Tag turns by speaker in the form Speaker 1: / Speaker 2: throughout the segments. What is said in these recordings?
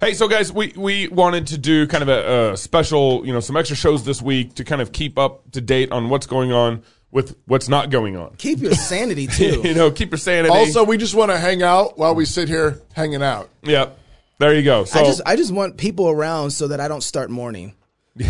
Speaker 1: Hey, so guys, we, we wanted to do kind of a, a special, you know, some extra shows this week to kind of keep up to date on what's going on with what's not going on.
Speaker 2: Keep your sanity too.
Speaker 1: you know, keep your sanity.
Speaker 3: Also, we just want to hang out while we sit here hanging out.
Speaker 1: yep, there you go. So
Speaker 2: I just I just want people around so that I don't start mourning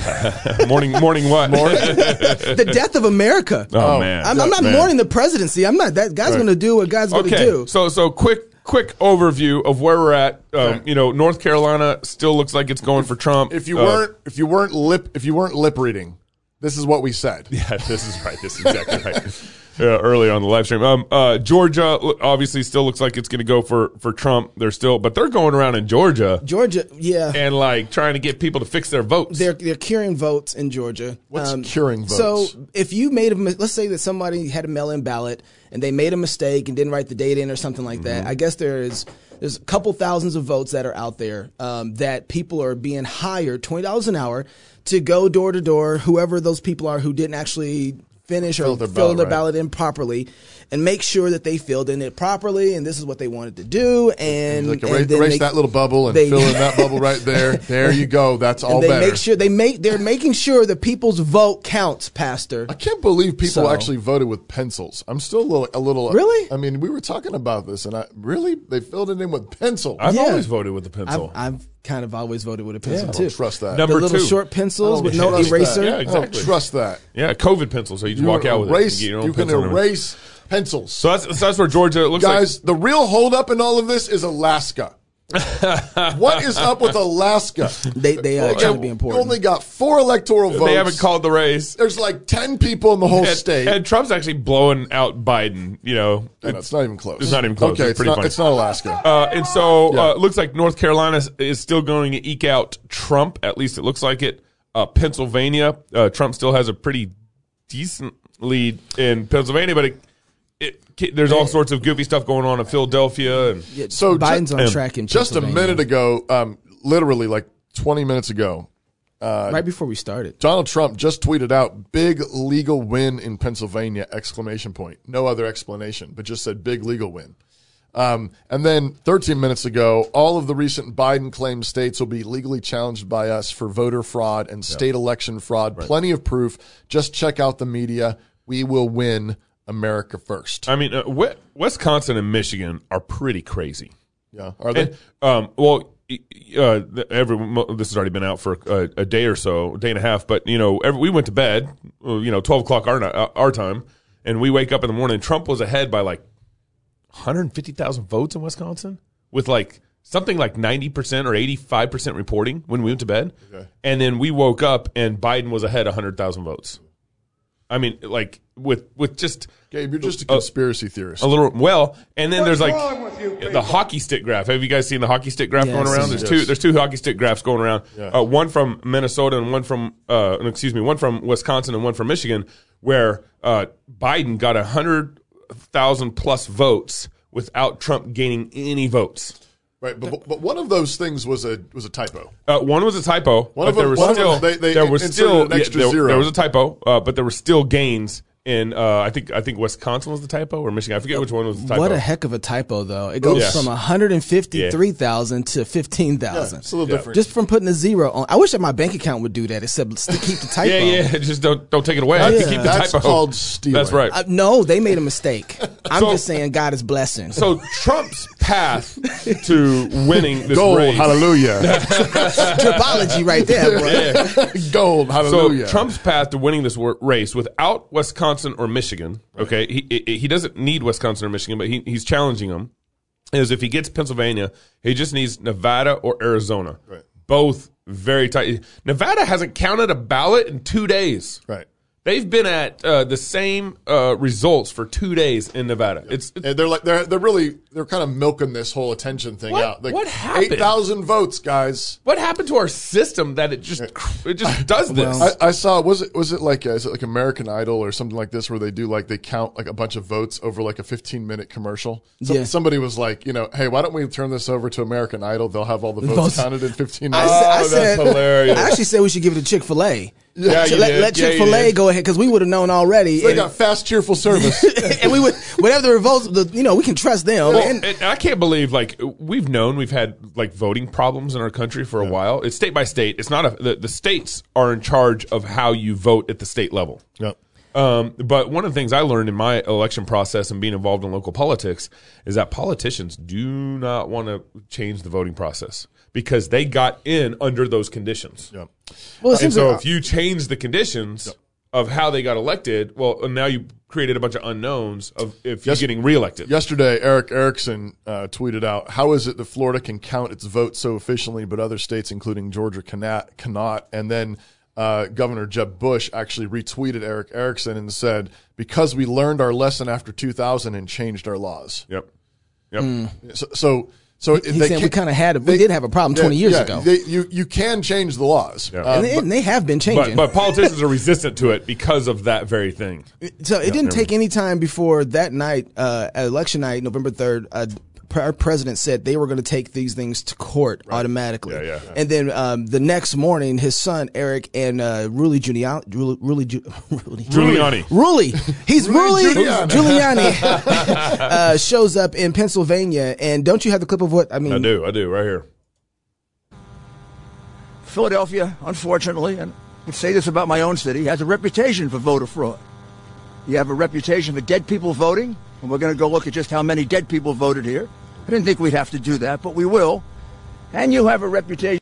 Speaker 1: morning, morning, what?
Speaker 2: the death of America.
Speaker 1: Oh, man,
Speaker 2: I'm, I'm not
Speaker 1: Man.
Speaker 2: mourning the presidency. I'm not that God's going to do what God's going to
Speaker 1: Okay,
Speaker 2: do.
Speaker 1: so so quick. Quick overview of where we're at. Um, You know, North Carolina still looks like it's going for Trump.
Speaker 3: If you
Speaker 1: Uh,
Speaker 3: weren't, if you weren't lip, if you weren't lip reading, this is what we said.
Speaker 1: Yeah, this is right. This is exactly right. Yeah, early on the live stream. Um, uh, Georgia l- obviously still looks like it's going to go for for Trump. They're still, but they're going around in Georgia
Speaker 2: Georgia, yeah,
Speaker 1: and like trying to get people to fix their votes.
Speaker 2: they're they're curing votes in Georgia. Um,
Speaker 3: What's curing
Speaker 2: So
Speaker 3: votes?
Speaker 2: if you made a mis- let's say that somebody had a mail-in ballot and they made a mistake and didn't write the date in or something like
Speaker 3: Mm-hmm.
Speaker 2: that, I guess there is there's a couple thousands of votes that are out there um, that people are being hired twenty dollars an hour to go door to door, whoever those people are who didn't actually finish or fill
Speaker 3: their
Speaker 2: their,
Speaker 3: ballot, right.
Speaker 2: ballot in properly and make sure that they filled in it properly and this is what they wanted to do and,
Speaker 3: Like
Speaker 2: and
Speaker 3: erase,
Speaker 2: then
Speaker 3: erase
Speaker 2: they-
Speaker 3: that little bubble and
Speaker 2: they-
Speaker 3: fill in that bubble right there. There you go. That's all
Speaker 2: they
Speaker 3: better.
Speaker 2: make sure they make they're making sure that people's vote counts, Pastor.
Speaker 3: I can't believe people
Speaker 2: So-
Speaker 3: actually voted with pencils. I'm still a little, a little.
Speaker 2: Really?
Speaker 3: I mean, we were talking about this, and I really they filled it in with pencil.
Speaker 1: I've
Speaker 2: Yeah.
Speaker 1: always voted with the
Speaker 2: I've,
Speaker 1: pencil.
Speaker 2: I've kind of always voted with a pencil
Speaker 3: I
Speaker 2: too.
Speaker 3: don't trust that.
Speaker 1: Number
Speaker 2: the little
Speaker 1: two.
Speaker 2: short pencils with no
Speaker 3: Trust that.
Speaker 2: eraser.
Speaker 1: Yeah,
Speaker 3: I don't
Speaker 1: exactly.
Speaker 3: trust that.
Speaker 1: yeah, COVID pencil. So you just walk out with
Speaker 3: erase,
Speaker 1: it. and get your own
Speaker 3: you can
Speaker 1: pencil and everything.
Speaker 3: erase pencils.
Speaker 1: So that's so that's where Georgia it looks
Speaker 3: Guys, the real holdup in all of this is Alaska. what is up with Alaska?
Speaker 2: They they are trying to be
Speaker 3: You only
Speaker 2: important.
Speaker 3: got four electoral
Speaker 1: like
Speaker 3: votes.
Speaker 1: they haven't called the race.
Speaker 3: There's like ten people in the whole
Speaker 1: And,
Speaker 3: state.
Speaker 1: and Trump's actually blowing out Biden. You know,
Speaker 3: No, no, it's not even close.
Speaker 1: It's not even close.
Speaker 3: Okay,
Speaker 1: It's
Speaker 3: it's,
Speaker 1: pretty
Speaker 3: not,
Speaker 1: funny.
Speaker 3: it's not Alaska.
Speaker 1: Uh, and so
Speaker 3: Yeah.
Speaker 1: uh, it looks like North Carolina is- is still going to eke out Trump. At least it looks like it. Uh, Pennsylvania, uh, Trump still has a pretty decent lead in Pennsylvania, but it, it, ki- there's all sorts of goofy stuff going on in Philadelphia. And
Speaker 3: so
Speaker 2: Biden's
Speaker 3: ju-
Speaker 2: on track in
Speaker 3: just a
Speaker 2: Pennsylvania.
Speaker 3: minute ago, um, literally like 20 minutes ago,
Speaker 2: right before we started.
Speaker 3: Donald Trump just tweeted out big legal win in Pennsylvania exclamation point. No other explanation, but just said big legal win. Um, and then 13 minutes ago, all of the recent Biden claimed states will be legally challenged by us for voter fraud and state election fraud. Plenty of proof. Just check out the media. We will win America first.
Speaker 1: I mean, uh, we- Wisconsin and Michigan are pretty crazy.
Speaker 3: yeah. Are they?
Speaker 1: Um, well, y- y- uh, th- every mo- this has already been out for a, a day or so, a day and a half. But you know, every, we went to bed, uh, you know, twelve o'clock our ni- uh, our time, and we wake up in the morning. Trump was ahead by like one hundred fifty thousand votes in Wisconsin, with like something like ninety percent or eighty five percent reporting when we went to bed, and then we woke up and Biden was ahead hundred thousand votes. I mean, like with with just
Speaker 3: Gabe, you're just a conspiracy theorist.
Speaker 1: a little well, and then there's like
Speaker 4: wrong with you
Speaker 1: the
Speaker 4: people?
Speaker 1: hockey stick graph. Have you guys seen the hockey stick graph
Speaker 2: Yes.
Speaker 1: going around? There's two. There's two hockey stick graphs going around. Uh, one from Minnesota and one from uh, no, excuse me, one from Wisconsin and one from Michigan, where uh, Biden got a hundred thousand plus votes without Trump gaining any votes.
Speaker 3: Right, but, but one of those things was a was a typo.
Speaker 1: Uh, one was a typo,
Speaker 3: One
Speaker 1: but
Speaker 3: of them-
Speaker 1: there was
Speaker 3: one of
Speaker 1: still
Speaker 3: them, they- they
Speaker 1: there was
Speaker 3: inserted
Speaker 1: still
Speaker 3: an
Speaker 1: yeah,
Speaker 3: extra
Speaker 1: there,
Speaker 3: zero.
Speaker 1: there was a typo, uh, but there were still gains in uh, I think I think Wisconsin was the typo or Michigan. I forget which one was the typo.
Speaker 2: What a heck of a typo though. It goes
Speaker 1: Yes.
Speaker 2: from 153,000 to 15,000.
Speaker 3: It's a little different.
Speaker 2: just from putting a zero on. I wish that my bank account would do that except to keep the typo.
Speaker 1: Yeah, yeah. Just don't don't take it away. I have to
Speaker 2: Yeah.
Speaker 1: keep the
Speaker 3: That's
Speaker 1: typo.
Speaker 3: called stealing.
Speaker 1: That's right.
Speaker 2: Uh, no, they made a mistake. I'm
Speaker 1: So-
Speaker 2: just saying God is blessing.
Speaker 1: so Trump's path to winning this
Speaker 3: Gold,
Speaker 1: race.
Speaker 3: hallelujah.
Speaker 2: Tripology right there, bro.
Speaker 3: Gold,
Speaker 1: So
Speaker 3: hallelujah.
Speaker 1: Trump's path to winning this wor- race without Wisconsin or Michigan. Okay, he he he doesn't need Wisconsin or Michigan, but he, he's challenging them. Is if he gets Pennsylvania, he just needs Nevada or Arizona.
Speaker 3: Right.
Speaker 1: Both very tight. Nevada hasn't counted a ballot in two days.
Speaker 3: Right.
Speaker 1: They've been at uh, the same uh, results for two days in Nevada. It's
Speaker 3: And they're like they're they're really they're kind of milking this whole attention thing
Speaker 1: What-
Speaker 3: out. Like,
Speaker 1: what happened?
Speaker 3: Eight thousand votes, guys.
Speaker 1: What happened to our system that it just it just does this?
Speaker 3: I, I saw was it was it like uh, is it like American Idol or something like this where they do like they count like a bunch of votes over like a fifteen minute commercial. So,
Speaker 2: Yeah.
Speaker 3: Somebody was like, you know, hey, why don't we turn this over to American Idol? They'll have all the votes
Speaker 2: Votes.
Speaker 3: counted in fifteen
Speaker 2: I,
Speaker 3: minutes.
Speaker 2: sa- I
Speaker 1: Oh, that's
Speaker 2: said,
Speaker 1: hilarious.
Speaker 2: I actually said we should give it to Chick Fil A
Speaker 1: Yeah, you
Speaker 2: let
Speaker 1: did.
Speaker 2: let
Speaker 1: Yeah, you
Speaker 2: Chick Fil A
Speaker 1: did.
Speaker 2: go ahead because we would have known already.
Speaker 3: They
Speaker 2: and,
Speaker 3: got fast, cheerful service.
Speaker 2: and we would whatever the revolts. The, you know, we can trust them.
Speaker 1: Well,
Speaker 2: and,
Speaker 1: and I can't believe like we've known we've had like voting problems in our country for a while. It's state by state. It's not a the, the states are in charge of how you vote at the state level.
Speaker 3: yep.
Speaker 1: Um, but one of the things I learned in my election process and being involved in local politics is that politicians do not want to change the voting process because they got in under those conditions.
Speaker 3: Yep.
Speaker 2: well, it
Speaker 1: And
Speaker 2: seems
Speaker 1: so
Speaker 2: like-
Speaker 1: if you change the conditions of how they got elected, well, now you created a bunch of unknowns of if you're getting reelected.
Speaker 3: Yesterday, Eric Erickson uh, tweeted out, "How is it that Florida can count its vote so efficiently, but other states, including Georgia, cannot?" cannot? And then uh, Governor Jeb Bush actually retweeted Eric Erickson and said, "Because we learned our lesson after 2000 and changed our laws."
Speaker 1: Yep. Yep.
Speaker 2: Hmm.
Speaker 3: So, so, so
Speaker 2: he said we
Speaker 3: can't-
Speaker 2: kind of had a, we did have a problem twenty years
Speaker 3: yeah,
Speaker 2: ago,
Speaker 3: They, you you can change the laws. Uh,
Speaker 2: and, they, and they have been
Speaker 1: But
Speaker 2: changing.
Speaker 1: but politicians are resistant to it because of that very thing.
Speaker 2: So it didn't take any time before that night, uh, election night, November third. Uh, pr- our president said they were going to take these things to court automatically.
Speaker 1: Yeah, yeah.
Speaker 2: And then um, the next morning, his son Eric and uh, Rudy Giuliani, Rudy, Rudy, Giu- Rudy,
Speaker 1: Giuliani.
Speaker 2: Rudy, he's Rudy,
Speaker 3: Giuliani.
Speaker 2: Giuliani, uh, shows up in Pennsylvania. And don't you have the clip of what I mean?
Speaker 1: I do. I do. Right here.
Speaker 4: Philadelphia, unfortunately, and I would say this about my own city, has a reputation for voter fraud. You have a reputation for dead people voting, and we're going to go look at just how many dead people voted here. I didn't think we'd have to do that, but we will. And you have a reputation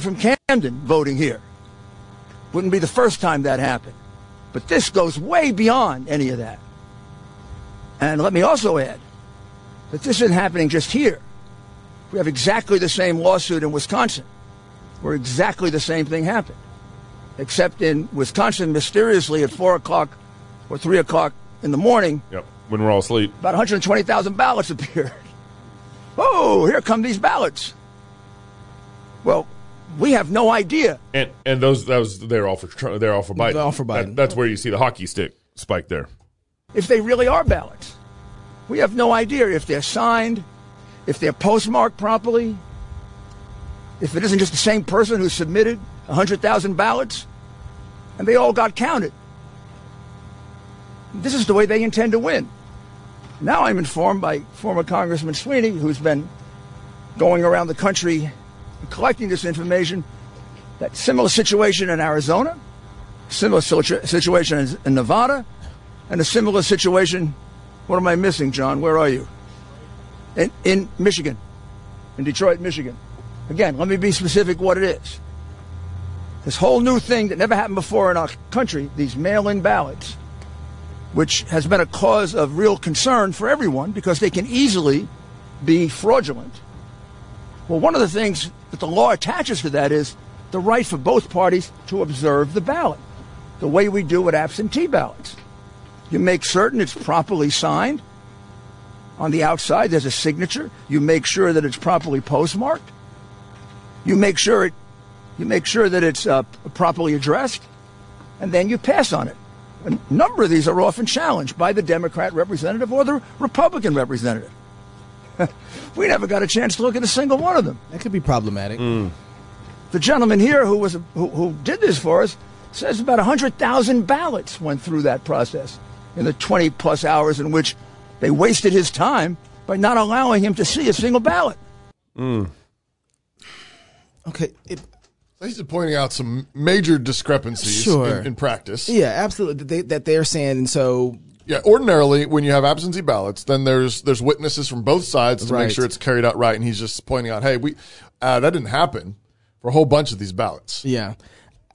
Speaker 4: from Camden voting here. Wouldn't be the first time that happened. But this goes way beyond any of that. And let me also add that this isn't happening just here. We have exactly the same lawsuit in Wisconsin where exactly the same thing happened. Except in Wisconsin, mysteriously at 4 o'clock or 3 o'clock in the morning,
Speaker 1: Yep. When we're all asleep.
Speaker 4: about 120,000 ballots appeared. Oh, here come these ballots. Well, we have no idea.
Speaker 1: And and those that was they're all for Tr- they're all for Biden.
Speaker 2: They're all for Biden.
Speaker 1: That- that's where you see the hockey stick spike there.
Speaker 4: if they really are ballots. We have no idea if they're signed, if they're postmarked properly, if it isn't just the same person who submitted 100,000 ballots and they all got counted. This is the way they intend to win. Now I'm informed by former Congressman Sweeney, who's been going around the country collecting this information, that similar situation in Arizona, similar situa- situation in- in Nevada, and a similar situation. What am I missing, John? Where are you? In, in Michigan, in Detroit, Michigan. Again, let me be specific what it is. This whole new thing that never happened before in our country, these mail in ballots, which has been a cause of real concern for everyone because they can easily be fraudulent. Well, one of the things that the law attaches to that is the right for both parties to observe the ballot, the way we do with absentee ballots. You make certain it's properly signed. On the outside, there's a signature. You make sure that it's properly postmarked. You make sure it, you make sure that it's uh, properly addressed, and then you pass on it. A number of these are often challenged by the Democrat representative or the Republican representative. we never got a chance to look at a single one of them
Speaker 2: That could be problematic.
Speaker 1: Mm.
Speaker 4: the gentleman here who was who, who did this for us says about 100,000 ballots went through that process in the 20 plus hours in which they wasted his time by not allowing him to see a single ballot.
Speaker 2: Okay, it,
Speaker 3: He's pointing out some major discrepancies
Speaker 2: Sure.
Speaker 3: in, in practice.
Speaker 2: yeah, absolutely. That, they, that they're saying, and so
Speaker 3: Yeah, ordinarily when you have absentee ballots, then there's there's witnesses from both sides to
Speaker 2: Right.
Speaker 3: make sure it's carried out right. And he's just pointing out, hey, we uh, that didn't happen for a whole bunch of these ballots.
Speaker 2: Yeah.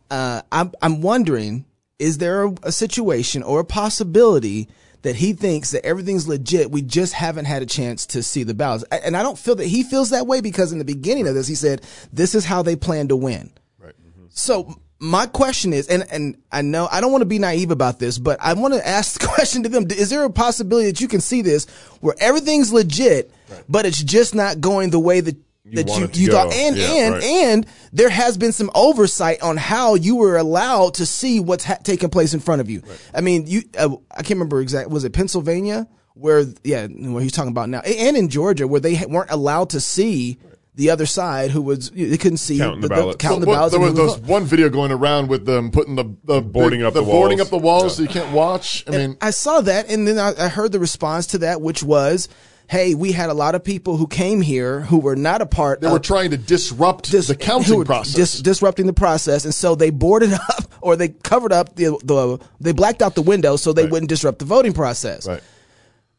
Speaker 2: Uh, I'm, I'm wondering, is there a, a situation or a possibility that he thinks that everything's legit? We just haven't had a chance to see the ballots. A- And I don't feel that he feels that way because in the beginning of this, he said, this is how they plan to win.
Speaker 3: Right.
Speaker 2: So my question is, and, and I know I don't want to be naive about this, but I want to ask the question to them. Is there a possibility that you can see this where everything's legit, but it's just not going the way that that
Speaker 1: want
Speaker 2: you,
Speaker 1: it to
Speaker 2: you
Speaker 1: go.
Speaker 2: thought, and
Speaker 1: Yeah,
Speaker 2: and
Speaker 1: right.
Speaker 2: and there has been some oversight on how you were allowed to see what's ha- taking place in front of you. I mean, you uh, I can't remember exact was it Pennsylvania where yeah, what he's talking about now, and in Georgia where they ha- weren't allowed to see the other side who was they couldn't see
Speaker 1: Counting the
Speaker 2: but
Speaker 1: ballots.
Speaker 2: counting the
Speaker 3: Well,
Speaker 2: ballots.
Speaker 3: there
Speaker 2: and
Speaker 3: was
Speaker 2: who was
Speaker 3: those one video going around with them putting the, the big-
Speaker 1: Boarding up the
Speaker 3: boarding
Speaker 1: walls.
Speaker 3: up the walls so you can't watch. I mean,
Speaker 2: I saw that, and then I, I heard the response to that, which was, "Hey, we had a lot of people who came here who were not a part.
Speaker 3: they
Speaker 2: of
Speaker 3: were trying to disrupt
Speaker 2: dis-
Speaker 3: the
Speaker 2: who
Speaker 3: counting
Speaker 2: were
Speaker 3: process.
Speaker 2: dis- disrupting the process, and so they boarded up or they covered up the the they blacked out the window so they wouldn't disrupt the voting process.
Speaker 3: right.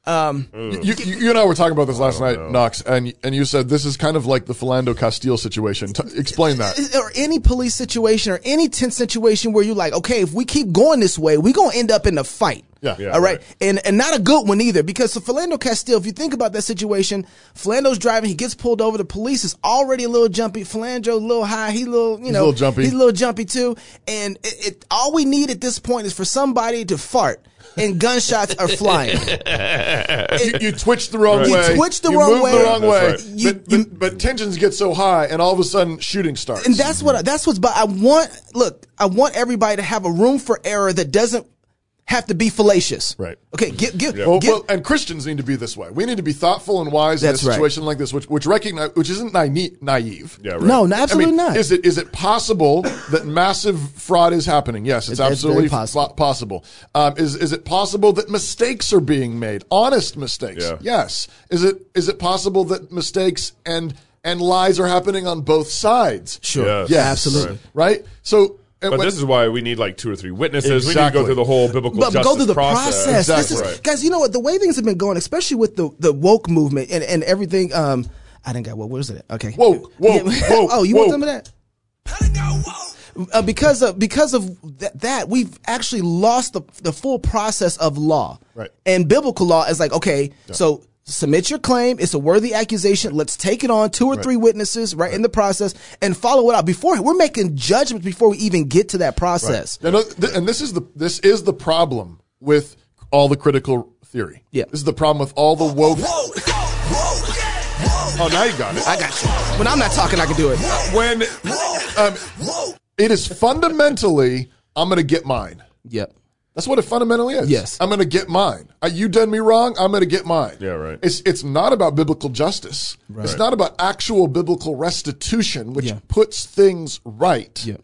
Speaker 3: Um, you, you, you and I were talking about this last night, Knox, and and you said this is kind of like the Philando Castile situation. T- explain that.
Speaker 2: or any police situation or any tense situation where you're like, okay, if we keep going this way, we're gonna end up in a fight.
Speaker 3: Yeah. Yeah,
Speaker 2: All right.
Speaker 1: right.
Speaker 2: And and not a good one either, because so Philando Castile, if you think about that situation, Philando's driving, he gets pulled over, the police is already a little jumpy. Philando a little high, he little you know
Speaker 3: a little jumpy.
Speaker 2: He's a little jumpy too. And it, it all we need at this point is for somebody to fart. And gunshots are flying.
Speaker 3: you, you twitch the wrong
Speaker 2: You
Speaker 3: way.
Speaker 2: twitch the
Speaker 3: you
Speaker 2: wrong
Speaker 3: move
Speaker 2: way.
Speaker 3: The wrong
Speaker 1: That's
Speaker 3: way.
Speaker 1: right.
Speaker 2: You-
Speaker 3: but, but, but tensions get so high, and all of a sudden, shooting starts.
Speaker 2: and that's what I, that's what's but I want look I want everybody to have a room for error that doesn't have to be fallacious
Speaker 3: Right.
Speaker 2: okay give give,
Speaker 3: well,
Speaker 2: give
Speaker 3: Oh, well, and Christians need to be this way. We need to be thoughtful and wise
Speaker 2: That's
Speaker 3: in a
Speaker 2: right.
Speaker 3: situation like this, which which recognize which isn't naive. naive.
Speaker 1: Yeah, right.
Speaker 2: no no absolutely
Speaker 3: I mean,
Speaker 2: not
Speaker 3: Is it is it possible that massive fraud is happening? Yes,
Speaker 2: It's-
Speaker 3: it's,
Speaker 2: it's
Speaker 3: absolutely
Speaker 2: very possible.
Speaker 3: fo- possible. Um, is is it possible that mistakes are being made? Honest mistakes.
Speaker 1: Yeah.
Speaker 3: Yes. Is it is it possible that mistakes and and lies are happening on both sides?
Speaker 2: sure
Speaker 1: Yes.
Speaker 3: Yes.
Speaker 2: absolutely
Speaker 3: Right. So. and
Speaker 1: But
Speaker 3: when-
Speaker 1: this is why we need like two or three witnesses. We need to
Speaker 3: Exactly.
Speaker 1: go through the whole biblical
Speaker 2: but
Speaker 1: justice
Speaker 2: go through the process, This is,
Speaker 3: Exactly.
Speaker 2: guys you know what the way things have been going especially with the the woke movement and and everything um I didn't got what was it okay
Speaker 3: Woke, woke, woke,
Speaker 2: oh you want
Speaker 3: woke.
Speaker 2: some of that uh, because of because of th- that we've actually lost the the full process of law
Speaker 3: Right.
Speaker 2: and biblical law is like okay so submit your claim it's a worthy accusation let's take it on two or three witnesses right, in the process and follow it out before we're making judgments before we even get to that process
Speaker 3: No, no, th- and this is the this is the problem with all the critical theory.
Speaker 2: Yeah.
Speaker 3: this is the problem with all the woke.
Speaker 5: Oh,
Speaker 3: now you got it.
Speaker 5: I got you.
Speaker 2: when I'm not talking I can do it
Speaker 3: When
Speaker 5: Um,
Speaker 3: it is fundamentally, I'm going to get mine.
Speaker 2: yep
Speaker 3: That's what it fundamentally is.
Speaker 2: Yes.
Speaker 3: I'm going to get mine. Uh, you done me wrong. I'm going to get mine.
Speaker 1: Yeah, right.
Speaker 3: It's it's not about biblical justice. It's not about actual biblical restitution, which
Speaker 2: Yeah.
Speaker 3: puts things right.
Speaker 2: Yeah.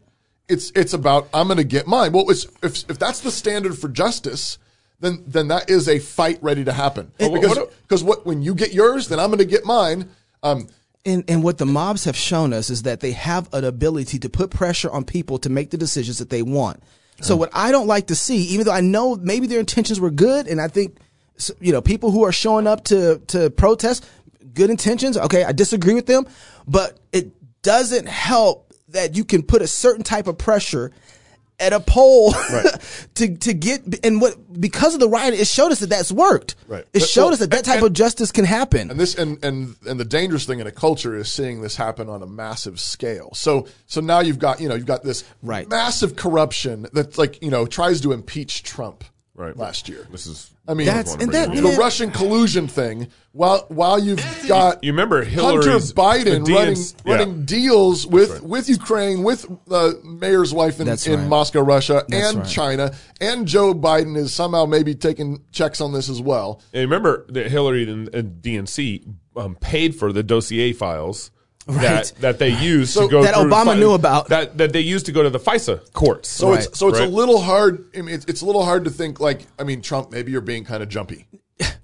Speaker 3: It's it's about I'm going to get mine. Well, it's, if if that's the standard for justice, then then that is a fight ready to happen. because
Speaker 1: what-
Speaker 3: because what when you get yours, then I'm going to get mine. Um,
Speaker 2: And, and what the mobs have shown us is that they have an ability to put pressure on people to make the decisions that they want. So what I don't like to see, even though I know maybe their intentions were good, and I think s- you know people who are showing up to to protest, good intentions. Okay, I disagree with them, but it doesn't help that you can put a certain type of pressure at a poll to to get and what because of the riot, it showed us that that's worked.
Speaker 3: Right.
Speaker 2: It
Speaker 3: But-
Speaker 2: showed
Speaker 3: well,
Speaker 2: us that that type of justice can happen.
Speaker 3: And this and, and and the dangerous thing in a culture is seeing this happen on a massive scale. So so now you've got you know you've got this
Speaker 2: Right.
Speaker 3: massive corruption that's like you know tries to impeach Trump
Speaker 1: Right.
Speaker 3: last year.
Speaker 1: This is.
Speaker 3: I mean
Speaker 2: That's- and that-
Speaker 3: the
Speaker 2: man-
Speaker 3: Russian collusion thing. While while you've got
Speaker 1: You remember
Speaker 3: Hunter
Speaker 1: Hillary's
Speaker 3: Biden
Speaker 1: the
Speaker 3: running
Speaker 1: DNC yeah.
Speaker 3: running deals with with Ukraine with the mayor's wife in,
Speaker 2: That's
Speaker 3: in
Speaker 2: right.
Speaker 3: Moscow, Russia, and
Speaker 2: right.
Speaker 3: China, and Joe Biden is somehow maybe taking checks on this as well.
Speaker 1: And remember that Hillary and, and DNC um, paid for the dossier files
Speaker 2: Right.
Speaker 1: that that they used to go
Speaker 2: that
Speaker 1: through
Speaker 2: Obama
Speaker 1: fi-
Speaker 2: knew about.
Speaker 1: that that they used to go to the FISA courts.
Speaker 3: So it's so it's
Speaker 1: Right.
Speaker 3: a little hard. I mean, it's, it's a little hard to think like I mean, Trump. Maybe you're being kind of jumpy.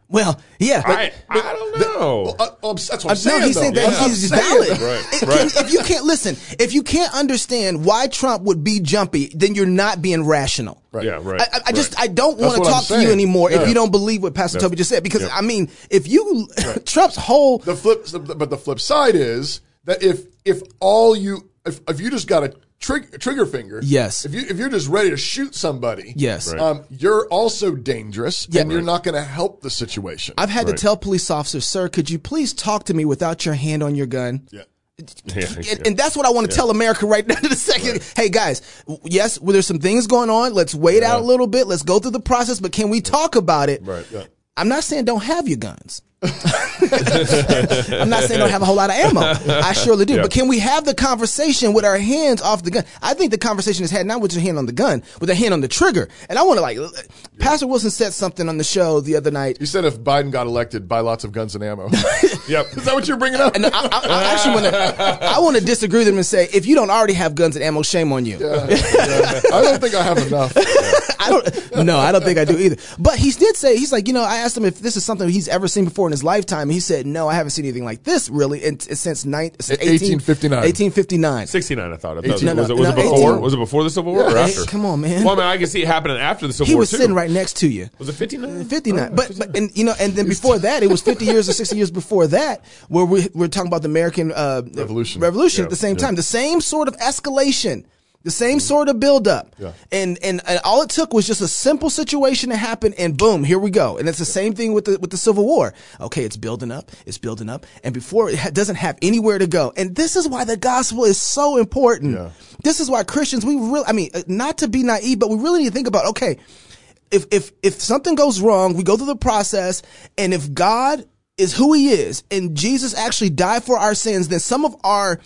Speaker 2: well, yeah.
Speaker 1: I, I don't know.
Speaker 3: Well, uh, um, that's what I'm
Speaker 2: Uh,
Speaker 3: saying.
Speaker 2: no, he's
Speaker 3: though.
Speaker 2: saying
Speaker 3: That's
Speaker 2: that
Speaker 3: what
Speaker 2: he's
Speaker 3: I'm saying.
Speaker 2: valid.
Speaker 1: Right,
Speaker 2: If-
Speaker 1: right.
Speaker 2: If you can't listen, if you can't understand why Trump would be jumpy, then you're not being rational.
Speaker 3: Right.
Speaker 1: yeah, right.
Speaker 2: I, I- I just I don't
Speaker 3: That's
Speaker 2: want to
Speaker 3: what I'm
Speaker 2: talk to you
Speaker 3: saying.
Speaker 2: anymore
Speaker 3: Yeah.
Speaker 2: if you don't believe what Pastor Toby just said because
Speaker 1: yeah.
Speaker 2: I mean if you Trump's whole
Speaker 3: The flip, the- but the flip side is that if if all you if, if you just got a trig, trigger finger,
Speaker 2: Yes.
Speaker 3: If you if you're just ready to shoot somebody,
Speaker 2: Yes. Right.
Speaker 3: Um, you're also dangerous,
Speaker 2: Yeah.
Speaker 3: and you're not going to help the situation.
Speaker 2: I've had to tell police officers, sir, could you please talk to me without your hand on your gun?
Speaker 3: yeah.
Speaker 1: Yeah,
Speaker 2: and, and that's what I want to tell America right now. The second, hey guys, w- yes, well, there's some things going on. Let's wait out a little bit. Let's go through the process, but can we talk about it?
Speaker 1: Right, yeah.
Speaker 2: I'm not saying don't have your guns. I'm not saying don't have a whole lot of ammo. I surely do.
Speaker 1: Yeah.
Speaker 2: But can we have the conversation with our hands off the gun? I think the conversation is had not with your hand on the gun, with the hand on the trigger. And I want to like, Pastor Wilson said something on the show the other night.
Speaker 3: You said if Biden got elected, buy lots of guns and ammo.
Speaker 1: Yep.
Speaker 3: Is that what you're bringing up?
Speaker 2: And I, I, I actually want to, I want to disagree with him and say, if you don't already have guns and ammo, shame on you.
Speaker 3: I don't think I have enough.
Speaker 2: I don't. No, I don't think I do either. But he did say he's like, you know, I asked him if this is something he's ever seen before in his lifetime, and he said, no, I haven't seen anything like this really in, since nine,
Speaker 3: 1859.
Speaker 2: 1859.
Speaker 1: 69, I thought. I thought
Speaker 3: Eighteen-
Speaker 1: was,
Speaker 2: no,
Speaker 1: it, was
Speaker 2: no,
Speaker 1: it before?
Speaker 2: 18.
Speaker 1: Was it before the Civil War or
Speaker 2: Yeah.
Speaker 1: after?
Speaker 2: Come on, man.
Speaker 1: Well, I mean, I can see it happening after the Civil
Speaker 2: He
Speaker 1: War,
Speaker 2: was
Speaker 1: too.
Speaker 2: sitting right next to you.
Speaker 1: Was it 59?
Speaker 2: 59 but, but and you know and then before that it was 50 years or 60 years before that where we, we're talking about the american uh,
Speaker 3: Revolution.
Speaker 2: revolution
Speaker 1: Yeah,
Speaker 2: at the same time the same sort of escalation the same sort of buildup
Speaker 3: Mm-hmm. Yeah.
Speaker 2: and, and and all it took was just a simple situation to happen and boom here we go and it's the same thing with the with the civil war okay it's building up it's building up and before it ha- doesn't have anywhere to go and this is why the gospel is so important
Speaker 3: Yeah.
Speaker 2: this is why Christians, we really, I mean, uh, not to be naive, but we really need to think about, okay, if, if, if something goes wrong, we go through the process, and if God is who he is, and Jesus actually died for our sins, then some of our,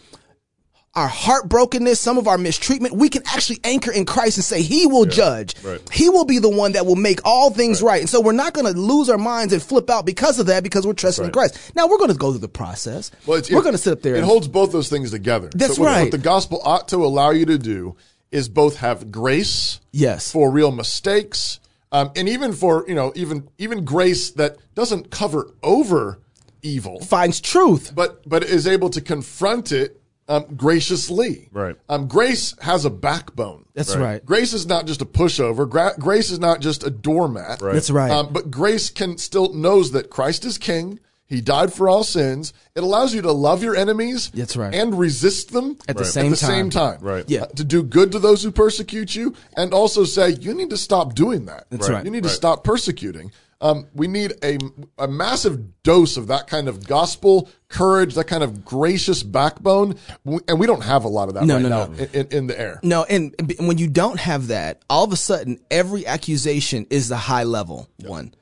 Speaker 2: our heartbrokenness, some of our mistreatment, we can actually anchor in Christ and say, He will judge.
Speaker 1: right.
Speaker 2: He will be the one that will make all things right. And so we're not going to lose our minds and flip out because of that, because we're trusting in
Speaker 1: Right.
Speaker 2: Christ. Now we're going to go through the process.
Speaker 3: Well, it's-
Speaker 2: we're
Speaker 3: it-
Speaker 2: going to sit up there.
Speaker 3: It
Speaker 2: and-
Speaker 3: holds both those things together.
Speaker 2: That's
Speaker 3: what, What
Speaker 2: right.
Speaker 3: the gospel ought to allow you to do is both have grace,
Speaker 2: Yes.
Speaker 3: for real mistakes, um, and even for you know even even grace that doesn't cover over evil,
Speaker 2: finds truth.
Speaker 3: but but is able to confront it um, graciously.
Speaker 1: Right.
Speaker 3: Um, grace has a backbone.
Speaker 2: That's right.
Speaker 3: Grace is not just a pushover. Gra- grace is not just a doormat. Right.
Speaker 2: That's right.
Speaker 3: Um, but grace can still knows that Christ is King. He died for all sins. It allows you to love your enemies.
Speaker 2: That's right.
Speaker 3: And resist them
Speaker 2: At the same
Speaker 3: at the same
Speaker 2: time.
Speaker 3: time.
Speaker 1: Right.
Speaker 2: Yeah.
Speaker 3: Uh, to do good to those who persecute you, and also say you need to stop doing that.
Speaker 2: That's Right. right.
Speaker 3: You need to stop persecuting. Um, we need a, a massive dose of that kind of gospel courage, that kind of gracious backbone, We- and we don't have a lot of that
Speaker 2: No,
Speaker 3: right
Speaker 2: no,
Speaker 3: now
Speaker 2: no.
Speaker 3: In, in, in the air.
Speaker 2: No, and b- when you don't have that, all of a sudden every accusation is the high level one.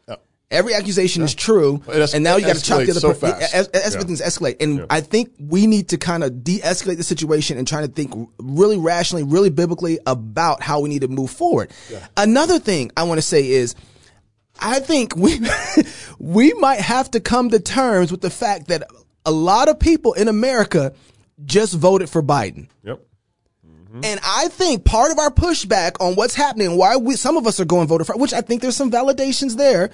Speaker 2: Every accusation is true,
Speaker 3: It es-
Speaker 2: and now you
Speaker 3: it
Speaker 2: got to chop the
Speaker 3: escalates
Speaker 2: other.
Speaker 3: so
Speaker 2: per-
Speaker 3: fast.
Speaker 2: e- es- Everything's escalate, and I think we need to kind of de-escalate the situation and try to think r- really rationally, really biblically about how we need to move forward. Another thing I want to say is. I think we we might have to come to terms with the fact that a lot of people in America just voted for Biden.
Speaker 1: Yep.
Speaker 2: Mm-hmm. And I think part of our pushback on what's happening, why we, some of us are going voter fraud, which I think there's some validations there,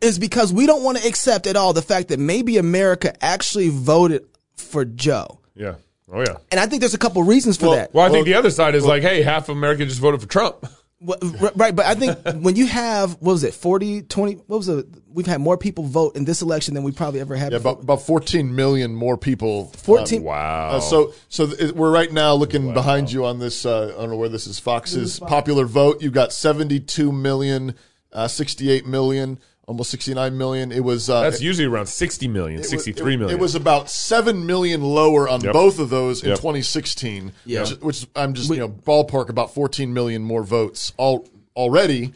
Speaker 2: is because we don't want to accept at all the fact that maybe America actually voted for Joe.
Speaker 1: Yeah. Oh, yeah.
Speaker 2: And I think there's a couple reasons for that.
Speaker 1: Well, I think the other side is like, hey, half of America just voted for Trump.
Speaker 2: Well, r- Right, but I think when you have, what was it, 40, 20, what was it? We've had more people vote in this election than we probably ever had
Speaker 3: Yeah,
Speaker 2: before.
Speaker 3: about, about 14 million more people.
Speaker 2: 14.
Speaker 1: Wow.
Speaker 3: Uh, so, so th- we're right now looking behind you on this. Uh, I don't know where this is. Fox's popular vote. You've got 72 million, uh, 68 million, almost 69 million. It was. Uh,
Speaker 1: That's
Speaker 3: it-
Speaker 1: usually around 60 million,
Speaker 3: it-
Speaker 1: 63
Speaker 3: it-
Speaker 1: million.
Speaker 3: It was about seven million lower on
Speaker 1: Yep.
Speaker 3: both of those in
Speaker 1: Yep.
Speaker 3: 2016.
Speaker 2: Yeah.
Speaker 3: which, which I'm just you know ballpark about 14 million more votes all already.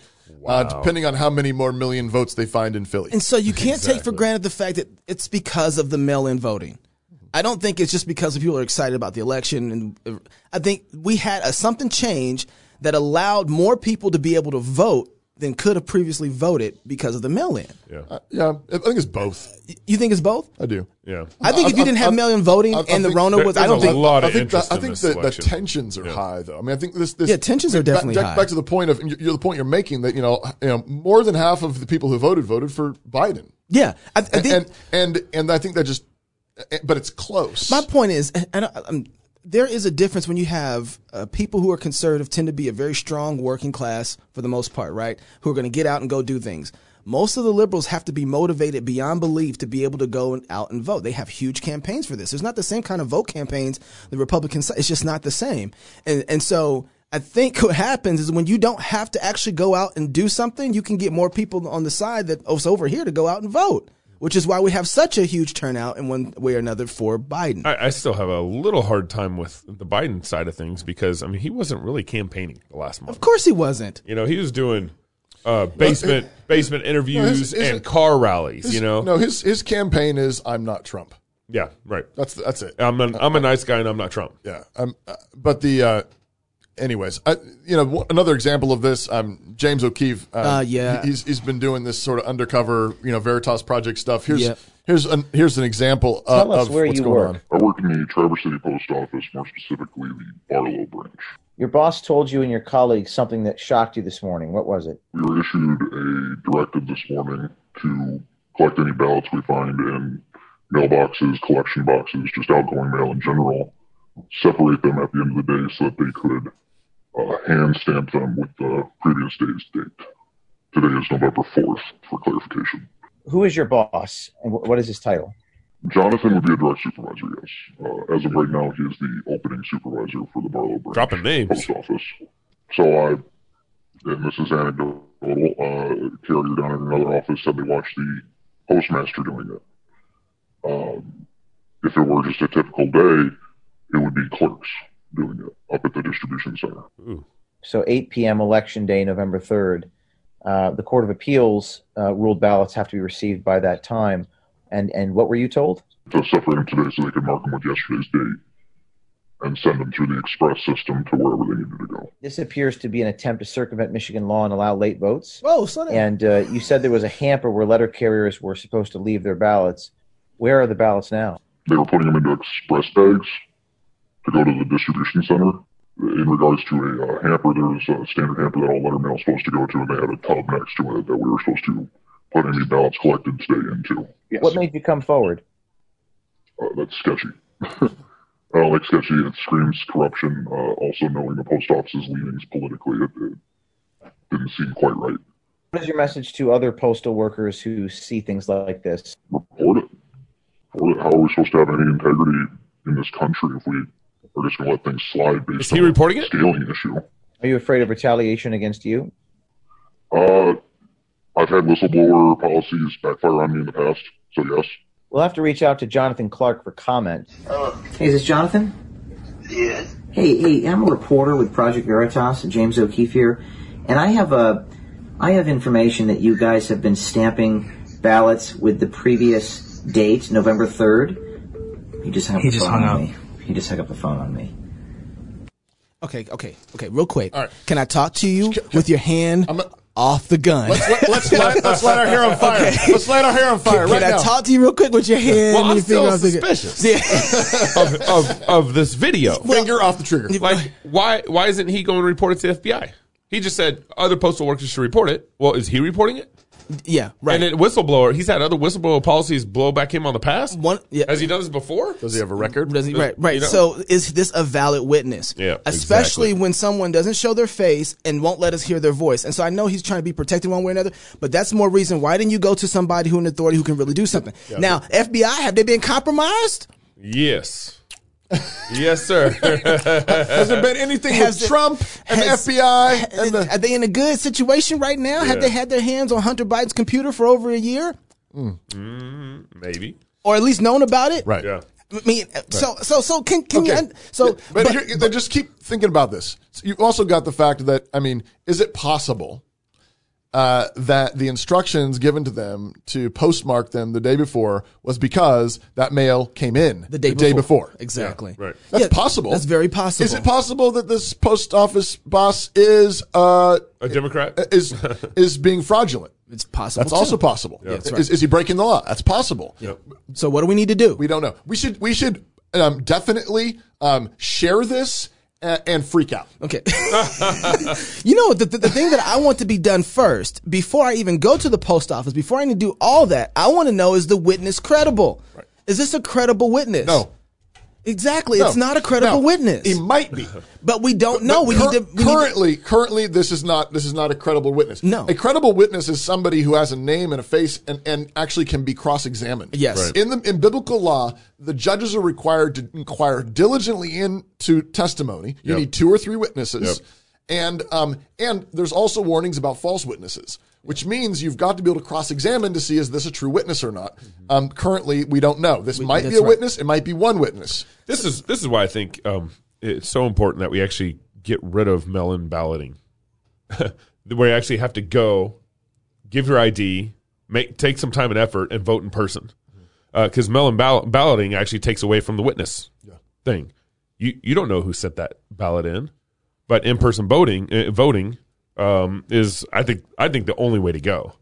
Speaker 3: Uh, depending on how many more million votes they find in Philly.
Speaker 2: And so you can't take for granted the fact that it's because of the mail in voting. I don't think it's just because people are excited about the election. And uh, I think we had a, something change that allowed more people to be able to vote than could have previously voted because of the mail in.
Speaker 1: yeah.
Speaker 3: Uh, yeah, I think it's both.
Speaker 2: You think it's both?
Speaker 3: I do.
Speaker 1: yeah.
Speaker 2: I think if you
Speaker 3: I-
Speaker 2: didn't
Speaker 3: I-
Speaker 2: have mail in voting
Speaker 3: I- I
Speaker 2: and the
Speaker 3: think
Speaker 2: Rona
Speaker 1: there-
Speaker 2: was, I
Speaker 1: there's
Speaker 2: don't
Speaker 1: a
Speaker 2: think.
Speaker 1: lot of
Speaker 3: think
Speaker 1: interest
Speaker 3: the,
Speaker 1: in
Speaker 3: I think
Speaker 1: this
Speaker 3: the, the
Speaker 1: election.
Speaker 3: tensions are high, though. I mean, I think this, this
Speaker 2: Yeah, tensions are
Speaker 3: back-
Speaker 2: definitely
Speaker 3: back,
Speaker 2: high.
Speaker 3: Back to the point of you're the point you're making that you know, you know, more than half of the people who voted voted for Biden,
Speaker 2: Yeah. I, I
Speaker 3: and
Speaker 2: think-
Speaker 3: and, and I think that just, but it's close.
Speaker 2: My point is, and I, um there is a difference when you have uh, people who are conservative tend to be a very strong working class for the most part, right? Who are going to get out and go do things. Most of the liberals have to be motivated beyond belief to be able to go and out and vote. They have huge campaigns for this. There's not the same kind of vote campaigns the Republican side. It's just not the same. And and so I think what happens is when you don't have to actually go out and do something, you can get more people on the side that was over here to go out and vote, which is why we have such a huge turnout in one way or another for Biden.
Speaker 1: I, I still have a little hard time with the Biden side of things because, I mean, he wasn't really campaigning the last month.
Speaker 2: Of course he wasn't.
Speaker 1: You know, he was doing. uh, basement basement interviews
Speaker 3: his- his-
Speaker 1: and car rallies.
Speaker 3: His-
Speaker 1: you know,
Speaker 3: no, his his campaign is I'm not Trump.
Speaker 1: yeah, right.
Speaker 3: That's that's it.
Speaker 1: I'm an, I'm a nice guy and I'm not Trump.
Speaker 3: Yeah. Um, uh, but the, uh, anyways, I, you know, one- another example of this, um, James O'Keefe. Uh,
Speaker 2: Uh, yeah.
Speaker 3: he- He's, he's been doing this sort of undercover, you know, Veritas Project stuff. Here's,
Speaker 2: Yeah.
Speaker 3: here's an, here's an example uh,
Speaker 5: Tell us
Speaker 3: of
Speaker 5: where
Speaker 3: what's
Speaker 5: you
Speaker 3: going
Speaker 5: work.
Speaker 3: on.
Speaker 6: I work in the Traverse City Post Office, more specifically the Barlow branch.
Speaker 5: Your boss told you and your colleagues something that shocked you this morning. What was it?
Speaker 6: We were issued a directive this morning to collect any ballots we find in mailboxes, collection boxes, just outgoing mail in general, separate them at the end of the day so that they could uh, hand stamp them with the previous day's date. Today is November 4th, for clarification.
Speaker 5: Who is your boss and wh- what is his title?
Speaker 6: Jonathan would be a direct supervisor, yes. Uh, as of right now, he is the opening supervisor for the Barlow branch
Speaker 1: Dropping names.
Speaker 6: post office. So I, and this is anecdotal, uh, carrier down in another office said they watched the postmaster doing it. Um, if it were just a typical day, it would be clerks doing it up at the distribution center.
Speaker 1: Ooh.
Speaker 5: So 8 p.m. election day, November 3rd. Uh, the Court of Appeals uh, ruled ballots have to be received by that time. And and what were you told?
Speaker 6: to separate them today so they could mark them with yesterday's date and send them through the express system to wherever they needed to go.
Speaker 5: This appears to be an attempt to circumvent Michigan law and allow late votes.
Speaker 1: Oh,
Speaker 2: Whoa, slow down.
Speaker 5: And uh, you said there was a hamper where letter carriers were supposed to leave their ballots. Where are the ballots now?
Speaker 6: they were putting them into express bags to go to the distribution center. In regards to a uh, hamper, there was a standard hamper that all letter mail is supposed to go to, and they had a tub next to it that we were supposed to put any ballots collected today into. Yes.
Speaker 5: What made you come forward?
Speaker 6: Uh, that's sketchy. I don't like sketchy. It screams corruption. Uh, also, knowing the post office's leanings politically, it, it didn't seem quite right.
Speaker 5: What is your message to other postal workers who see things like this?
Speaker 6: Report it. Report it. How are we supposed to have any integrity in this country if we are just going to let things slide based
Speaker 1: Is he
Speaker 6: on a
Speaker 1: reporting it?
Speaker 6: scaling issue?
Speaker 5: Are you afraid of retaliation against you?
Speaker 6: Uh, I've had whistleblower policies backfire on me in the past, so yes.
Speaker 5: We'll have to reach out to Jonathan Clark for comment.
Speaker 7: Hey, is this Jonathan?
Speaker 8: Yes.
Speaker 7: Hey, hey, I'm a reporter with Project Veritas, James O'Keefe here, and I have a, I have information that you guys have been stamping ballots with the previous date, November third. He just hung up
Speaker 9: He
Speaker 7: the
Speaker 9: just hung
Speaker 7: phone on
Speaker 9: up.
Speaker 7: me. He just hung up the phone on me.
Speaker 2: Okay, okay, okay. Real quick.
Speaker 3: All right.
Speaker 2: Can I talk to you with your hand
Speaker 3: I'm a-
Speaker 2: off the gun?
Speaker 3: Let's let, let's light, let's light our hair on fire.
Speaker 2: Okay.
Speaker 3: Let's light our hair on fire
Speaker 2: Can,
Speaker 3: right
Speaker 2: can I
Speaker 3: now.
Speaker 2: talk to you real quick with your hand?
Speaker 1: Well,
Speaker 2: and
Speaker 1: I'm
Speaker 2: your finger
Speaker 1: still
Speaker 2: off the gun?
Speaker 1: suspicious.
Speaker 2: Yeah.
Speaker 1: of, of of this video.
Speaker 3: Finger off the trigger.
Speaker 1: Like, why why isn't he going to report it to the FBI? He just said other postal workers should report it. Well, is he reporting it?
Speaker 2: yeah. Right.
Speaker 1: And then whistleblower, he's had other whistleblower policies blow back him on the past.
Speaker 2: One- yeah.
Speaker 1: Has he done this before?
Speaker 3: Does he have a record?
Speaker 2: Does he- right, right.
Speaker 1: you know?
Speaker 2: So is this a valid witness?
Speaker 1: Yeah,
Speaker 2: Especially
Speaker 1: exactly.
Speaker 2: when someone doesn't show their face and won't let us hear their voice. And so I know he's trying to be protected one way or another, but that's more reason why didn't you go to somebody who an authority who can really do something? now, FBI, have they been compromised?
Speaker 1: Yes. yes, sir.
Speaker 3: Has there been anything
Speaker 2: Has
Speaker 3: with
Speaker 2: it-
Speaker 3: Trump and
Speaker 2: has-
Speaker 3: the FBI and the
Speaker 2: Are they in a good situation right now? Have they had their hands on Hunter Biden's computer for over a year?
Speaker 1: Maybe.
Speaker 2: Or at least known about it?
Speaker 3: right?
Speaker 1: Yeah.
Speaker 2: I mean, uh, so, so, so can, can you,
Speaker 3: Okay.
Speaker 2: un- so,
Speaker 3: Yeah, but, here- they just keep thinking about this. So you've also got the fact that I mean, is it possible uh, that the instructions given to them to postmark them the day before was because that mail came in
Speaker 2: the day,
Speaker 3: before?
Speaker 2: Exactly.
Speaker 1: right.
Speaker 3: That's
Speaker 2: Yeah,
Speaker 3: possible.
Speaker 2: That's very possible.
Speaker 3: Is it possible that this post office boss is uh,
Speaker 1: A Democrat?
Speaker 3: is is being fraudulent?
Speaker 2: It's possible.
Speaker 3: That's also
Speaker 2: too.
Speaker 3: possible.
Speaker 2: that's
Speaker 3: Is, is he breaking the law? That's possible.
Speaker 2: So what do we need to do?
Speaker 3: We don't know. We should we should um, definitely um, share this and, and freak out.
Speaker 2: Okay. you know, the, the, the thing that I want to be done first, before I even go to the post office, before I need to do all that, I want to know is the witness credible? Is this a credible witness?
Speaker 3: No.
Speaker 2: Exactly. It's
Speaker 3: No.
Speaker 2: not a credible
Speaker 3: No.
Speaker 2: witness.
Speaker 3: He might be.
Speaker 2: but we don't know.
Speaker 3: But
Speaker 2: we
Speaker 3: cur-
Speaker 2: need to. We need to-
Speaker 3: currently, currently, this is not this is not a credible witness.
Speaker 2: No.
Speaker 3: a credible witness is somebody who has a name and a face and, and actually can be cross examined.
Speaker 2: Yes. Right.
Speaker 3: in the in biblical law, the judges are required to inquire diligently into testimony. You need two or three witnesses,
Speaker 1: Yep.
Speaker 3: and um and there's also warnings about false witnesses. Which means you've got to be able to cross-examine to see is this a true witness or not. Um, currently, we don't know. This might be
Speaker 2: Mm-hmm. that's
Speaker 3: a
Speaker 2: right.
Speaker 3: witness. It might be one witness.
Speaker 1: This is this is why I think um, it's so important that we actually get rid of melon balloting. where you actually have to go, give your ID, make take some time and effort, and vote in person. Because mail-in ball- balloting actually takes away from the witness thing. You you don't know who sent that ballot in, but in-person voting uh, voting um, is I think I think the only way to go.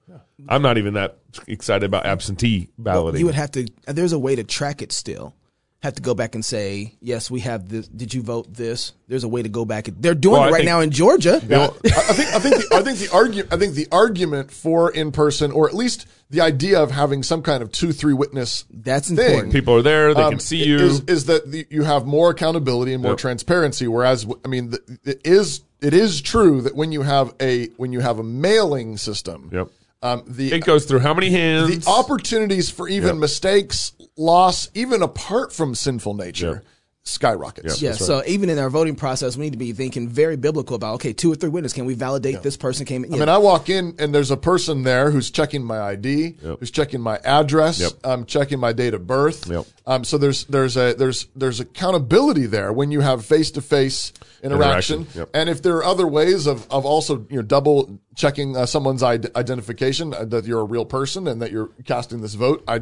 Speaker 1: I'm not even that excited about absentee balloting.
Speaker 2: You would have to. uh, There's a way to track it still. Have to go back and say, yes, we have this. Did you vote this? There's a way to go back. They're doing
Speaker 1: Well,
Speaker 2: it
Speaker 1: I
Speaker 2: right
Speaker 1: think-
Speaker 2: now in Georgia.
Speaker 3: Yeah. I I think I think the, I think the argument I think the argument for in person or at least the idea of having some kind of two three witness
Speaker 2: That's
Speaker 3: thing,
Speaker 2: important.
Speaker 1: People are there; they
Speaker 3: um,
Speaker 1: can see you.
Speaker 3: is, is that the, you have more accountability and more transparency. Whereas w- I mean, the, it is it is true that when you have a when you have a mailing system,
Speaker 1: Yep.
Speaker 3: um, the
Speaker 1: it goes through how many hands?
Speaker 3: the opportunities for even mistakes, loss, even apart from sinful nature, skyrockets.
Speaker 2: Yeah. So even in our voting process, we need to be thinking very biblical about okay, two or three witnesses. Can we validate this person came? in?
Speaker 3: I mean, I walk in and there's a person there who's checking my ID, who's checking my address,
Speaker 1: Yep.
Speaker 3: um, checking my date of birth.
Speaker 1: Yep.
Speaker 3: Um, so there's there's a there's there's accountability there when you have face to face interaction.
Speaker 1: Interaction, yep.
Speaker 3: And if there are other ways of of also you know double checking uh, someone's id- identification uh, that you're a real person and that you're casting this vote, I.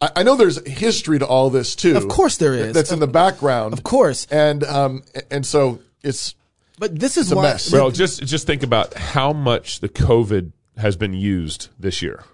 Speaker 3: I I know there's history to all this too.
Speaker 2: Of course there is.
Speaker 3: That's in the background. Of
Speaker 2: course.
Speaker 3: And um and so it's
Speaker 2: but this is
Speaker 3: a
Speaker 2: why.
Speaker 3: mess.
Speaker 1: Well, just just think about how much the COVID has been used this year.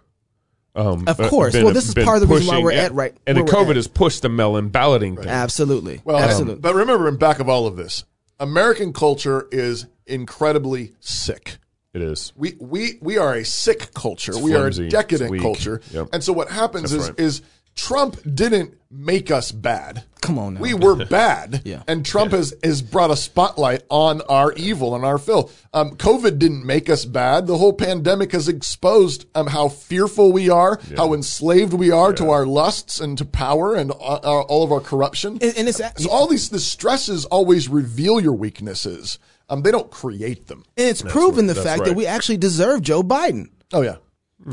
Speaker 1: Um,
Speaker 2: Of
Speaker 1: uh,
Speaker 2: course. Well, this is
Speaker 1: been
Speaker 2: part of the reason why we're
Speaker 1: yeah.
Speaker 2: at right-
Speaker 1: And the
Speaker 2: where we're
Speaker 1: COVID
Speaker 2: at.
Speaker 1: has pushed the melon balloting thing.
Speaker 2: Absolutely.
Speaker 3: Well,
Speaker 2: Absolutely.
Speaker 3: Um, But remember, in back of all of this, American culture is incredibly sick.
Speaker 1: It is.
Speaker 3: We we we are a sick culture. we
Speaker 1: flimsy.
Speaker 3: are a
Speaker 1: It's
Speaker 3: decadent
Speaker 1: weak.
Speaker 3: culture.
Speaker 1: Yep.
Speaker 3: And so what happens is
Speaker 1: right.
Speaker 3: is Trump didn't make us bad.
Speaker 2: Come on now.
Speaker 3: We were bad.
Speaker 2: Yeah.
Speaker 3: And Trump has, has brought a spotlight on our evil and our filth. Um, COVID didn't make us bad. The whole pandemic has exposed um, how fearful we are, how enslaved we are to our lusts and to power and uh, uh, all of our corruption.
Speaker 2: And- and it's-
Speaker 3: so all these the stresses always reveal your weaknesses. Um, they don't create them.
Speaker 2: and it's proven the
Speaker 1: that's
Speaker 2: fact that
Speaker 1: right.
Speaker 2: we actually deserve Joe Biden.
Speaker 3: Oh yeah.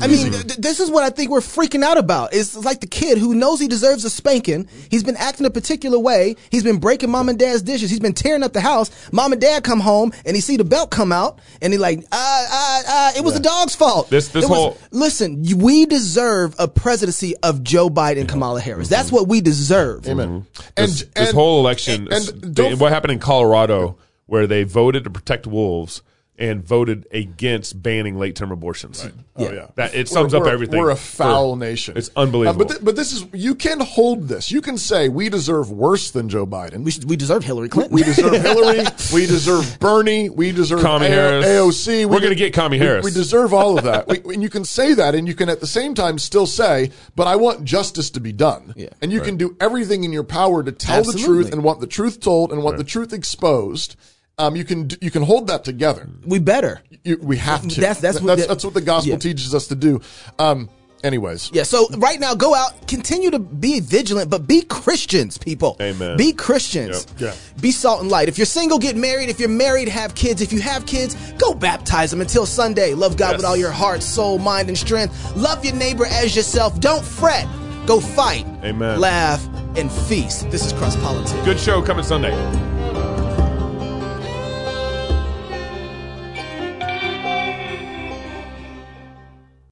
Speaker 2: I mean, th- th- this is what I think we're freaking out about. It's like the kid who knows he deserves a spanking. He's been acting a particular way. He's been breaking mom and dad's dishes. He's been tearing up the house. Mom and dad come home and he see the belt come out and he like, ah, ah, ah, it was the dog's fault.
Speaker 1: This- this
Speaker 2: It was-
Speaker 1: whole-
Speaker 2: listen, you- we deserve a presidency of Joe Biden and Kamala Harris. That's what we deserve.
Speaker 3: Amen.
Speaker 1: Mm-hmm. This, this whole election,
Speaker 3: and,
Speaker 1: and
Speaker 3: don't
Speaker 1: what happened in Colorado, where they voted to protect wolves and voted against banning late term abortions.
Speaker 3: Oh yeah,
Speaker 1: That- it sums
Speaker 3: We're-
Speaker 1: up
Speaker 3: we're-
Speaker 1: everything
Speaker 3: We're a foul
Speaker 1: for-
Speaker 3: nation.
Speaker 1: It's unbelievable.
Speaker 3: Uh, but thi- but this is you can hold this. You can say we deserve worse than Joe Biden.
Speaker 2: We,
Speaker 3: We,
Speaker 2: should, we deserve Hillary Clinton.
Speaker 3: deserve Hillary. We deserve Bernie. We deserve
Speaker 1: Commie
Speaker 3: A-
Speaker 1: Harris.
Speaker 3: AOC.
Speaker 1: We're
Speaker 3: de-
Speaker 1: gonna get Commie
Speaker 3: we-
Speaker 1: Harris.
Speaker 3: We deserve all of that. we, and you can say that, and you can at the same time still say, "But I want justice to be done."
Speaker 2: Yeah.
Speaker 3: And you can do everything in your power to tell the truth
Speaker 2: Absolutely.
Speaker 3: and want the truth told and want the truth exposed. Um, you can d- you can hold that together.
Speaker 2: we better.
Speaker 3: You, we have to.
Speaker 2: That's- that's what
Speaker 3: that's,
Speaker 2: the-
Speaker 3: that's what the gospel
Speaker 2: yeah.
Speaker 3: teaches us to do. Um, anyways,
Speaker 2: Yeah, so right now, go out, continue to be vigilant, but be Christians, people.
Speaker 1: Amen.
Speaker 2: Be Christians.
Speaker 1: Yep.
Speaker 2: Be salt and light. If you're single, get married. If you're married, have kids. If you have kids, go baptize them until Sunday. Love God
Speaker 1: Yes.
Speaker 2: with all your heart, soul, mind, and strength. Love your neighbor as yourself. Don't fret. Go fight.
Speaker 1: Amen.
Speaker 2: Laugh and feast. This is Cross Politics.
Speaker 1: Good show coming Sunday.